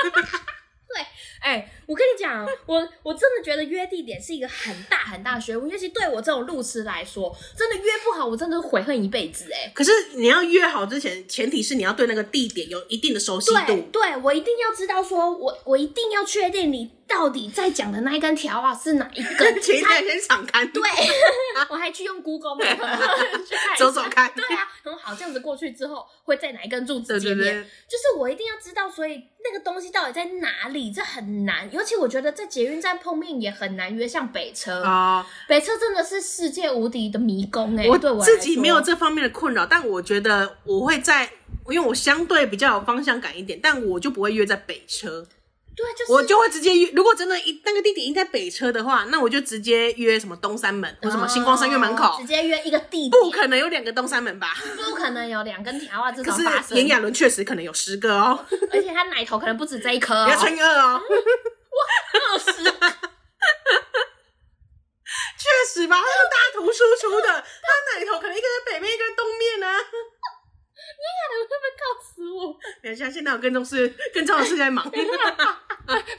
S2: 哎、我跟你讲，我我真的觉得约地点是一个很大很大的学问，尤其对我这种路痴来说，真的约不好，我真的悔恨一辈子哎、
S1: 可是你要约好之前，前提是你要对那个地点有一定的熟悉
S2: 对
S1: 度。
S2: 对，我一定要知道说，我我一定要确定你到底在讲的那一根条啊是哪一 根，
S1: 前一
S2: 它
S1: 天先敞开，对，
S2: 对，我还去用 Google Map 去看一下
S1: 走走看
S2: 对啊，很好，这样子过去之后会在哪一根柱子
S1: 对
S2: 见
S1: 对
S2: 面？
S1: 对，
S2: 就是我一定要知道，所以那个东西到底在哪里，这很难。尤其我觉得在捷运站碰面也很难约，像北车，
S1: 哦，
S2: 北车真的是世界无敌的迷宫哎、
S1: 我
S2: 对我来
S1: 自己没有
S2: 说
S1: 这方面的困扰，但我觉得我会在，因为我相对比较有方向感一点，但我就不会约在北车。
S2: 对，就是
S1: 我就会直接约。如果真的一那个地点一在北车的话，那我就直接约什么东三门或什么星光三月门
S2: 哦
S1: 口
S2: 直，接约一个地
S1: 不
S2: 点，
S1: 可能有两个东三门吧？
S2: 不可能有两根条啊这
S1: 可
S2: 种发
S1: 是
S2: 生，
S1: 炎亚纶确实可能有十个哦，
S2: 而且他奶头可能不止这一颗、
S1: 不
S2: 哦
S1: 要，乘以二哦，
S2: 二十
S1: 确实吧？他是大图输出的，他奶头可能一个在北面，一个在东面呢、啊。
S2: 会不会告死我？
S1: 等一下，现在有更重事、更重要的事在忙。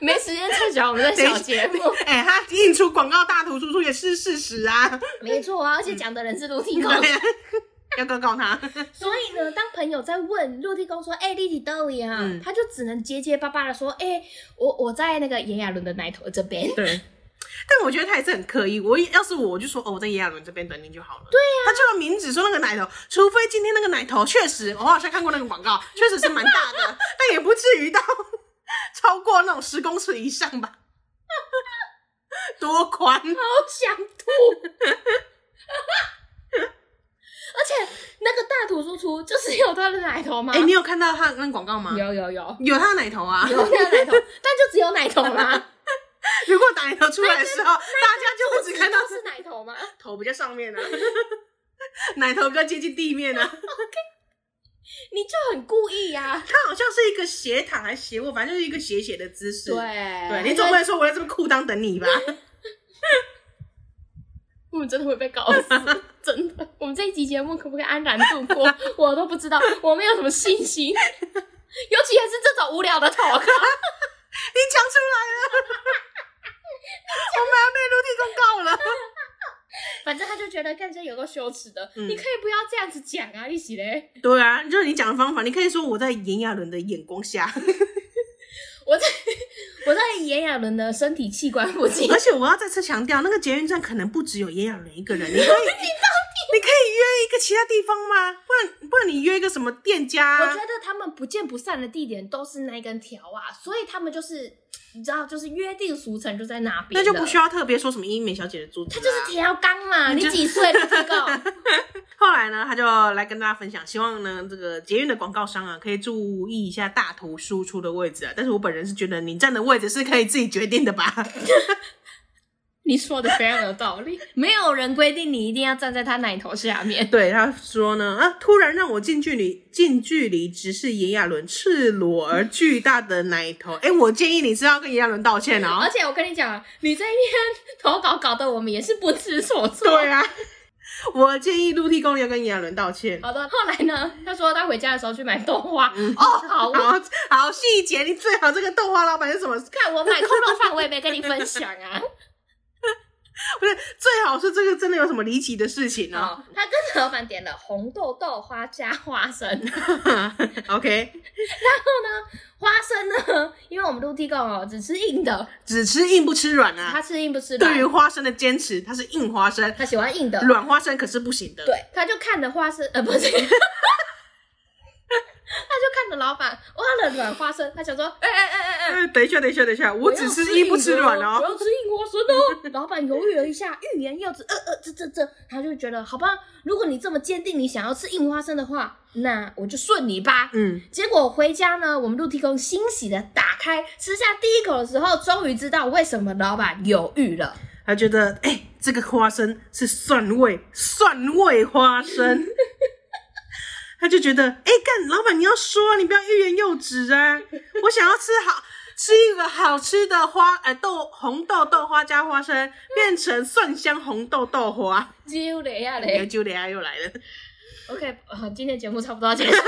S2: 没时间再讲我们的
S1: 等一
S2: 小
S1: 下
S2: 节目，
S1: 哎、他印出广告大图输出也是事实啊，
S2: 没错啊，而且讲的人是陆地公，
S1: 对啊， 要告告他。
S2: 所以呢，当朋友在问落地公说：“哎、立体豆爷啊、
S1: 嗯
S2: 他就只能结结巴巴的说：“哎、我我在那个炎亚纶的奶头这边。
S1: 对。但我觉得他也是很刻意。我也要是我，我就说哦，我在炎亚纶这边等你就好了。对呀、他就要明指说那个奶头，除非今天那个奶头确实，我好像看过那个广告，确实是蛮大的，但也不至于到 超过那种十公尺以上吧。多宽？啊
S2: 好想吐。而且那那个大图输出就是有他的奶头吗？
S1: 哎、你有看到他那个广告吗？
S2: 有有有
S1: 有他的奶头啊！
S2: 有那个奶头，但就只有奶头 啦，
S1: 如果奶头出来的时候，大家就不只看到
S2: 是奶头吗？
S1: 头比较上面啊， 奶头比较接近地面啊。
S2: 你就很故意呀、
S1: 他好像是一个斜躺还是斜卧，反正就是一个斜斜的姿势。
S2: 对
S1: 对，你总不能说我在这边裤裆等你吧？
S2: 我们真的会被搞死，真的。我们这一集节目可不可以安然度过？我都不知道，我没有什么信心。 尤其也是这种无聊的投啊稿，
S1: 你讲出来了，我们要被陆地公告了。
S2: 反正他就觉得干这有个羞耻的，
S1: 嗯
S2: 你可以不要这样子讲啊，一起嘞。
S1: 对啊，就是你讲的方法，你可以说我在炎亚纶的眼光下，
S2: 我在我在炎亚纶的身体器官附 近，
S1: 而且我要再次强调，那个捷运站可能不只有炎亚纶一个人，你可以你可以约一个其他地方吗？不然不然你约一个什么店家
S2: 我
S1: 啊、
S2: 觉得他们不见不散的地点都是那一根条啊，所以他们就是你知道，就是约定俗成就在那边
S1: 那
S2: 了，
S1: 就不需要特别说什么英美小姐的住址、
S2: 他
S1: 啊。
S2: 就是条纲嘛，
S1: 你
S2: 你
S1: 就
S2: 几岁了这个？
S1: 后来呢，他就来跟大家分享，希望呢这个捷运的广告商啊，可以注意一下大图输出的位置啊。但是我本人是觉得你站的位置是可以自己决定的吧？
S2: 你说的非常有道理， 没有人规定你一定要站在他奶头下面。
S1: 对，他说呢，啊，突然让我近距离近距离直视炎亚纶赤裸而巨大的奶头，哎，我建议你是要跟炎亚纶道歉哦
S2: 而。且我跟你讲，你这一篇投稿搞得我们也是不知所措。
S1: 对啊，我建议陆地公要跟炎亚纶道歉。
S2: 好的，后来呢？他说他回家的时候去买豆花。哦，好，我
S1: 好好细节，你最好这个豆花老板是什么？
S2: 看我买空肉饭，我也没跟你分享 啊。
S1: 不是最好是这个真的有什么离奇的事情哦。
S2: 哦，他跟老板点了红豆豆花加花生，然后
S1: 哦 OK，
S2: 呢，花生呢，因为我们陆地公哦只吃硬的，
S1: 只吃硬不吃软啊。
S2: 他吃硬不吃软
S1: 对于，花生的坚持，它是硬花生，
S2: 他喜欢硬的。
S1: 软花生可是不行的。，
S2: 对，他就看着花生，呃，不是，他就看着老板挖了软花生，他想说，哎哎哎哎哎，
S1: 呃，等一下，等一下，等一下，我只
S2: 要
S1: 吃
S2: 硬
S1: 硬不吃
S2: 的
S1: 软
S2: 我
S1: 哦。
S2: 要吃硬花生哦。老板犹豫了一下，欲言又止，呃呃，这这这，他就觉得，好吧，如果你这么坚定你想要吃硬花生的话，那我就顺你吧。
S1: 嗯，
S2: 结果回家呢，我们陆地公欣喜的打开吃下第一口的时候，终于知道为什么老板犹豫了。
S1: 他觉得，哎、这个花生是蒜味，蒜味花生。 他就觉得，哎、干，老板你要说，啊你不要欲言又止啊！我想要吃好吃一个好吃的花，呃，豆红豆豆花加花生，变成蒜香红豆豆花。
S2: 就雷呀
S1: 哎，
S2: 嘞
S1: 就等一下又来了，
S2: ，OK，呃今天节目差不多要 结束了，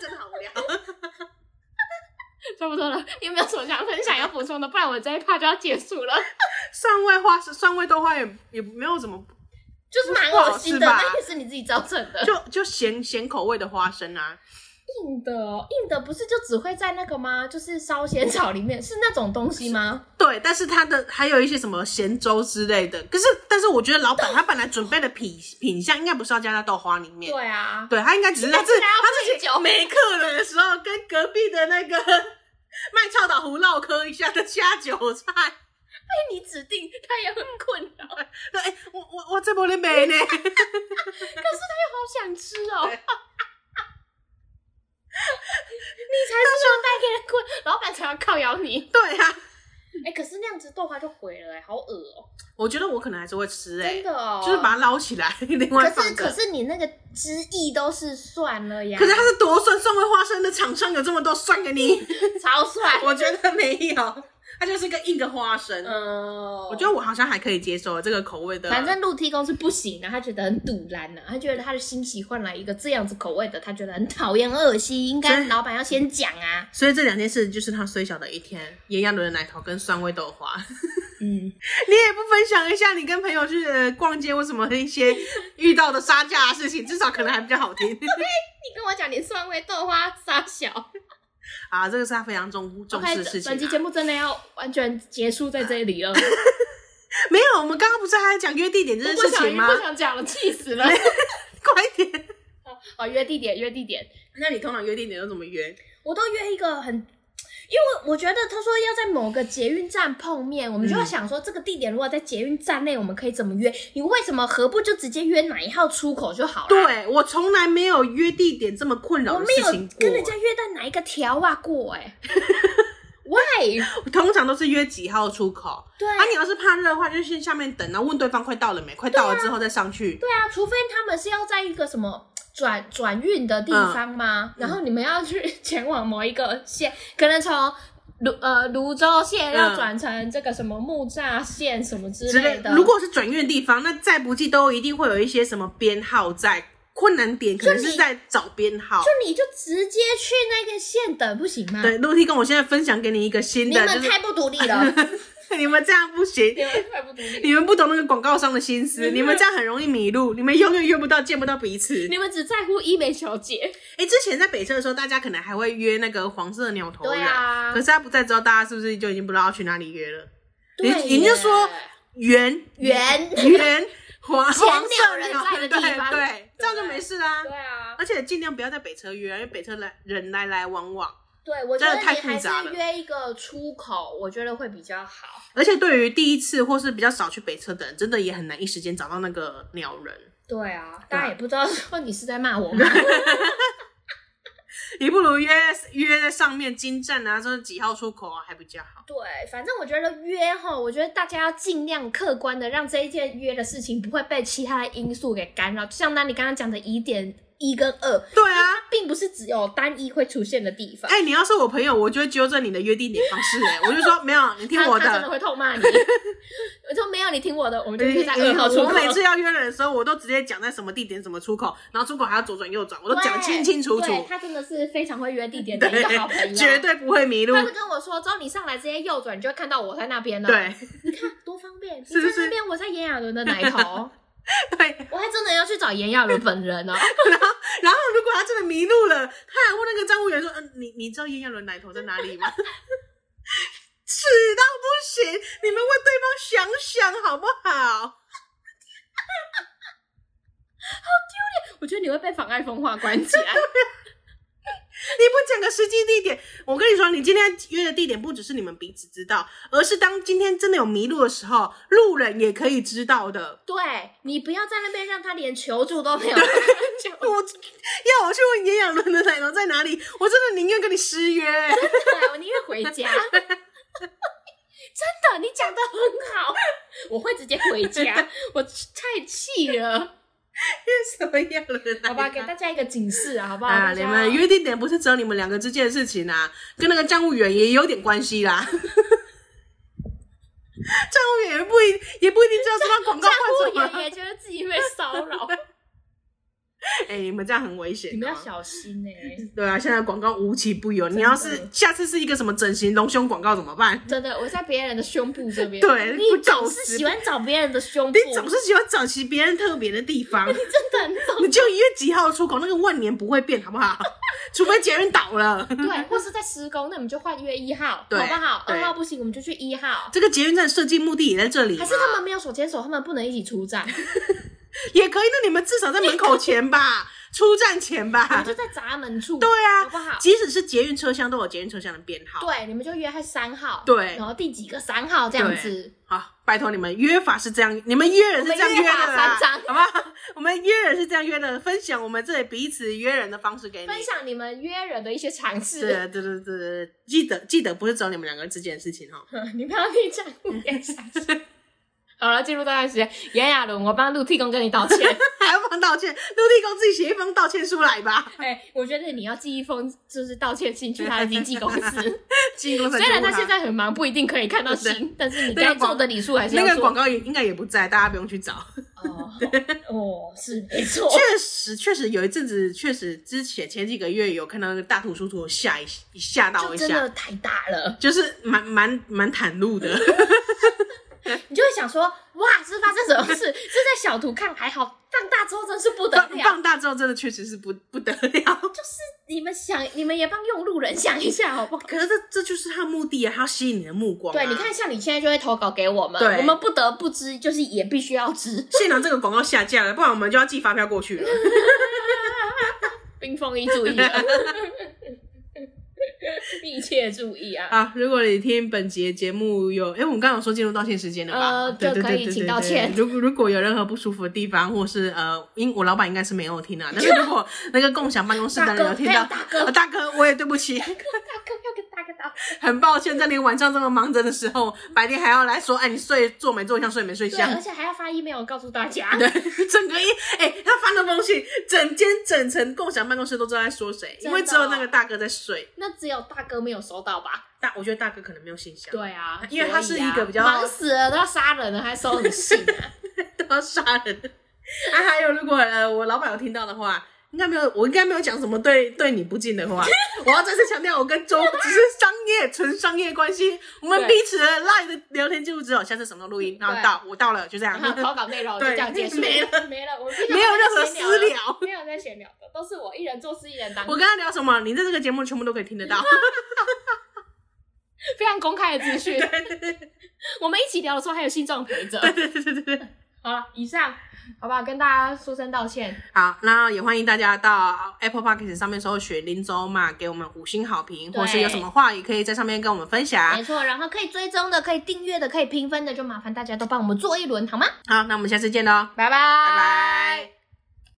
S1: 真的好无聊。
S2: 差不多了。你有没有什么想分享、要补充的？不然我这一趴就要结束了，
S1: 蒜味花生，蒜味豆花也也没有怎么
S2: 就是蛮恶心的，
S1: 不好吃吧
S2: 那也是你自己造成的。
S1: 就就咸咸口味的花生啊，
S2: 硬的哦，硬的不是就只会在那个吗？就是烧仙草里面是那种东西吗？
S1: 对，但是它的还有一些什么咸粥之类的，可是但是我觉得老板他本来准备的品品相应该不是要加在豆花里面，
S2: 对啊，
S1: 对，他应该只是他自
S2: 应该是要
S1: 他自
S2: 配酒
S1: 己没客人的时候跟隔壁的那个 卖臭岛胡唠嗑一下的加韭菜，
S2: 被你指定，他也很困 扰，可
S1: 对，哎我我我这波的没呢，
S2: 是他又好想吃哦。 你才是要带给人困，老板才要靠咬你。
S1: 对啊，
S2: 哎、可是那样子豆花就毁了、哎，好恶哦、
S1: 我觉得我可能还是会吃哎、
S2: 真的哦、
S1: 就是把它捞起来， 另外
S2: 可
S1: 放
S2: 是
S1: 着。
S2: 可是你那个汁液都是蒜了呀，
S1: 可是它是多蒜蒜味花生的厂商有这么多蒜给 你？
S2: 超蒜。
S1: 我觉得没有，它就是个硬个花生。
S2: 嗯，
S1: 我觉得我好像还可以接受这个口味的，
S2: 反正陆地公是不行啊的、他觉得很堵然的、啊他觉得他的新喜换来一个这样子口味的，他觉得很讨厌恶心，应该
S1: 真
S2: 老板要先讲啊。
S1: 所以这两件事就是他虽小的一天，炎亚纶的奶头跟酸味豆花。
S2: 嗯，
S1: 你也不分享一下你跟朋友去呃逛街为什么一些遇到的杀价的事情，至少可能还比较好听。
S2: 你跟我讲你蒜味豆花沙小
S1: 啊，这个是他非常重重视
S2: OK，
S1: 的事情、
S2: 本期节
S1: 啊。
S2: 目真的要完全结束在 这里了，
S1: 没有，我们刚刚不是还讲约地点这件
S2: 我
S1: 事
S2: 不想
S1: 情吗？
S2: 不想讲了，气死 了。
S1: 快点！
S2: 哦，约地点，约地点，
S1: 那你通常约地点都怎么约？
S2: 我都约一个很，因为我觉得他说要在某个捷运站碰面，我们就要想说这个地点如果在捷运站内，我们可以怎么约？你为什么何不就直接约哪一号出口就好了？，
S1: 对我从来没有约地点这么困
S2: 我
S1: 扰的
S2: 没
S1: 事
S2: 有
S1: 情过。
S2: 跟人家约在哪一个条啊过 哎、喂，
S1: 通常都是约几号出口。
S2: 对啊
S1: 啊，你要是怕热的话，就先下面等，然后问对方快到了没，快到了之后再上去。
S2: 对啊，除非他们是要在一个什么转转运的地方
S1: 嗯
S2: 吗？然后你们要去前往某一个县，可能从泸呃泸州县要转成这个什么木栅县什么之
S1: 嗯之
S2: 类
S1: 类
S2: 的。
S1: 如果是转运的地方，那再不济都一定会有一些什么编号在。困难点可能
S2: 就你
S1: 是在找编号。
S2: 就你就直接去那个县等不行吗？
S1: 对，陆地跟我现在分享给你一个新
S2: 你
S1: 的，
S2: 们
S1: 就是
S2: 太不独立了，
S1: 你们这样不行，
S4: 因为快不独立，
S1: 你们不懂那个广告商的心思，
S2: 嗯
S1: 你们这样很容易迷路，你们永远约不到、见不到彼此。
S2: 你们只在乎医美小姐。
S1: 哎、之前在北车的时候，大家可能还会约那个黄色的鸟头人，
S2: 对啊
S1: 可是他不在之后，大家是不是就已经不知道要去哪里约了？
S2: 对
S1: 你你就说
S2: 耶
S1: 圆
S2: 圆
S1: 圆黄
S2: 前
S1: 黄
S2: 鸟
S1: 色
S2: 人
S1: 鸟
S2: 在的地方
S1: 对对，这样就没事啦、
S4: 对啊，
S1: 而且尽量不要在北车约，因为北车来人来来往往，
S2: 对，我觉得
S1: 真的太
S2: 你还
S1: 复杂
S2: 是
S1: 了
S2: 约一个出口，我觉得会比较好。
S1: 而且对于第一次或是比较少去北车的人，真的也很难一时间找到那个鸟人。
S2: 对啊，
S1: 对啊
S2: 大家也不知道说你是在骂 我吗？
S1: 你不如约约在上面金站啊，说几号出口啊，还比较好。
S2: 对，反正我觉得约哈，我觉得大家要尽量客观的让这一件约的事情不会被其他的因素给干扰。就像丹你刚刚讲的疑点一跟二，
S1: 对啊，
S2: 并不是只有单一会出现的地方。
S1: 哎、你要是我朋友，我就会纠正你的约定点方式、哎，我就说没有，你听
S2: 他
S1: 我
S2: 他真的
S1: 的。
S2: 会痛骂你。 我说没有，你听我的，我们就约在
S1: 你
S2: 二号出口。
S1: 呃我每次要约人的时候，我都直接讲在什么地点、什么出口，然后出口还要左转右转，我都讲清清楚
S2: 对
S1: 楚，
S2: 他真的是非常会约地点的一个好朋友，
S1: 对， 绝。对不会迷路
S2: 他。是跟我说，之后你上来直接右转，你就会看到我在那边了。，
S1: 对
S2: 你看多方便，你
S1: 是不
S2: 在
S1: 是
S2: 那边，我在炎亚纶的奶 头。
S1: 对，
S2: 我还真的要去找炎亚纶本人哦。
S1: 然后如果他真的迷路了，他还问那个站务员说：“嗯、你你知道炎亚纶奶头在哪里吗？” 耻到不行，你们为对方想想好不好？
S2: 我觉得你会被妨碍风化关 起来。
S1: 你不讲个实际地点，我跟你说，你今天约的地点不只是你们彼此知道，而是当今天真的有迷路的时候，路人也可以知道的。
S2: 对你不要在那边让他连求助都没
S1: 我
S2: 有。
S1: 要我去问炎亚纶的奶头在哪里，我真的宁愿跟你失 约、
S2: 对，我宁愿回家。 真的，你讲的很好，我会直接回家。我太气了，
S1: 什么炎亚纶的奶头？
S2: 好吧，给大家一个警示啊，好不好？
S1: 啊，
S2: 大家
S1: 你们约定点不是只有你们两个之间的事情啊，跟那个站务员也有点关系啦。 站务员也不一也不一定知道这段广告
S2: 站务
S1: 换什
S2: 员
S1: 么。
S2: 也觉得自己被骚 扰，
S1: 哎、你们这样很危险、哦。
S2: 你们要小心呢、欸。
S1: 对啊，现在广告无奇不有。你要是下次是一个什么整形隆胸广告怎么办？
S2: 真的，我在别人的胸部这 边，
S1: 对
S2: 你
S1: 不找
S2: 总是
S1: 死
S2: 喜欢找别人的胸部，
S1: 你总是喜欢找其别人特别的地 方，
S2: 真的很懂。
S1: 你就约几号出口，那个万年不会变，好不 好？除非捷运倒了，
S2: 对，或是在施工，那我们就换约一号，好不
S1: 对
S2: 好？
S1: 对
S2: 二号不行，我们就去一号。
S1: 这个捷运站设计目的也在这里嘛，
S2: 还是他们没有手牵手，他们不能一起出站，
S1: 啊也可以？那你们至少在门口前 吧，出站前
S2: 我
S1: 吧
S2: 们就。在闸门处，
S1: 对
S2: 好
S1: 啊，
S2: 不好？
S1: 即使是捷运车厢都有捷运车厢的编号。
S2: 对，你们就约在三号，
S1: 对
S2: 然后第几个三号这样子，
S1: 好，拜托你们约法是这样，你们约人是这样
S2: 我们约
S1: 的
S2: 法
S1: 啦，
S2: 三章
S1: 好不好？我们约人是这样约的，分享我们这里彼此约人的方式给你。
S2: 分享你们约人的一些尝试。
S1: 对对对对对，记得记得不是只有你们两个人之间的事情哦哈。
S2: 你们要去站务员尝试。 好了，进入段时间，炎亚纶，我帮陆替工跟你道 歉。
S1: 还要帮道歉，陆地公自己写一封道歉书来吧。
S2: 哎、我觉得你要寄一封就是道歉信去他的经纪 公司，
S1: 进公司
S2: 虽然他现在很忙，不一定可以看到信，但是你该做的礼数还是要
S1: 那
S2: 做。
S1: 个广告也应该也不在，大家不用去 找。
S2: 哦，哦，是没 错。
S1: 确实，确实有一阵子，确实之前前几个月有看到那个大图书图吓一一吓到
S2: 就
S1: 一
S2: 真
S1: 下，
S2: 的太大了，
S1: 就是蛮蛮蛮袒露 的。
S2: 你就会想说，哇，是发生什么事？是在小图看还好，放大之后真是不得
S1: 放
S2: 了。
S1: 放大之后，真的确实是不不得 了。
S2: 你们想，你们也帮用路人想一 下，好不好？
S1: 可是这这就是他的目的啊，他要吸引你的目光、啊。
S2: 对，你看，像你现在就会投稿给我们，
S1: 对
S2: 我们不得不知，就是也必须要 知。
S1: 现场这个广告下架了，不然我们就要寄发票过 去了。
S2: 冰风一注意了，啊密切注意啊。
S1: 啊，如果你听本节节目有，哎、我们刚刚有说进入道歉时间了吧？
S3: 呃
S1: 对对
S3: 就可以
S1: 对对
S3: 请
S1: 对
S3: 道
S1: 对
S3: 歉
S1: 如果如果有任何不舒服的地方，或是呃，因我老板应该是没有听啊， 但是如果那个共享办公室的人有听到，
S3: 大哥
S1: 呃大哥，我也对不起，
S3: 大哥要跟大哥打，
S1: 很抱歉，在你晚上这么忙着的时候，白天还要来说，哎，你睡做没做相，睡没睡
S2: 对，啊而
S1: 相。
S2: 且还要发 email 告诉大家。
S1: 对，整个一哎、他发那封信，整间整层共享办公室都知道在说谁，因为
S2: 真的
S1: 只有
S2: 哦
S1: 那个大哥在睡。
S2: 那只有大哥没有收到吧？
S1: 大，我觉得大哥可能没有信箱，
S2: 对啊，
S1: 因为他是一个比较
S2: 忙死了都要杀人了，还收你信啊？
S1: 都要杀人。啊，还有，如果呃我老板有听到的话，应该没有，我应该没有讲什么对对你不敬的话。我要再次强调，我跟周只是商业，纯商业关系，我们
S2: 对
S1: 彼此的 line 的聊天记录只有下次什么时候录音，然后
S2: 对
S1: 到我到了就这 样
S2: 然，后投稿内容就
S1: 对
S2: 这样结束，
S1: 没
S2: 了啊没了，我们
S1: 没有任何
S2: 闲
S1: 私
S2: 聊了，
S1: 聊。
S2: 没有在闲聊的，都是我一人做事一人当，
S1: 我跟他聊什么，你在这个节目全部都可以听得到。
S2: 非常公开的资 讯。我们一起聊的时候还有信众陪着。
S1: 对对对对对。
S2: 好了，以上好不好？跟大家说声道歉。
S1: 好，那也欢迎大家到 Apple Podcast 上面搜寻林州嘛，给我们五星好评，
S2: 对
S1: 或是有什么话也可以在上面跟我们分享
S3: 没。错。然后可以追踪的、可以订阅的、可以评分的，就麻烦大家都帮我们做一轮好吗？
S1: 好，那我们下次见喽，
S2: 拜拜，拜
S1: 拜拜。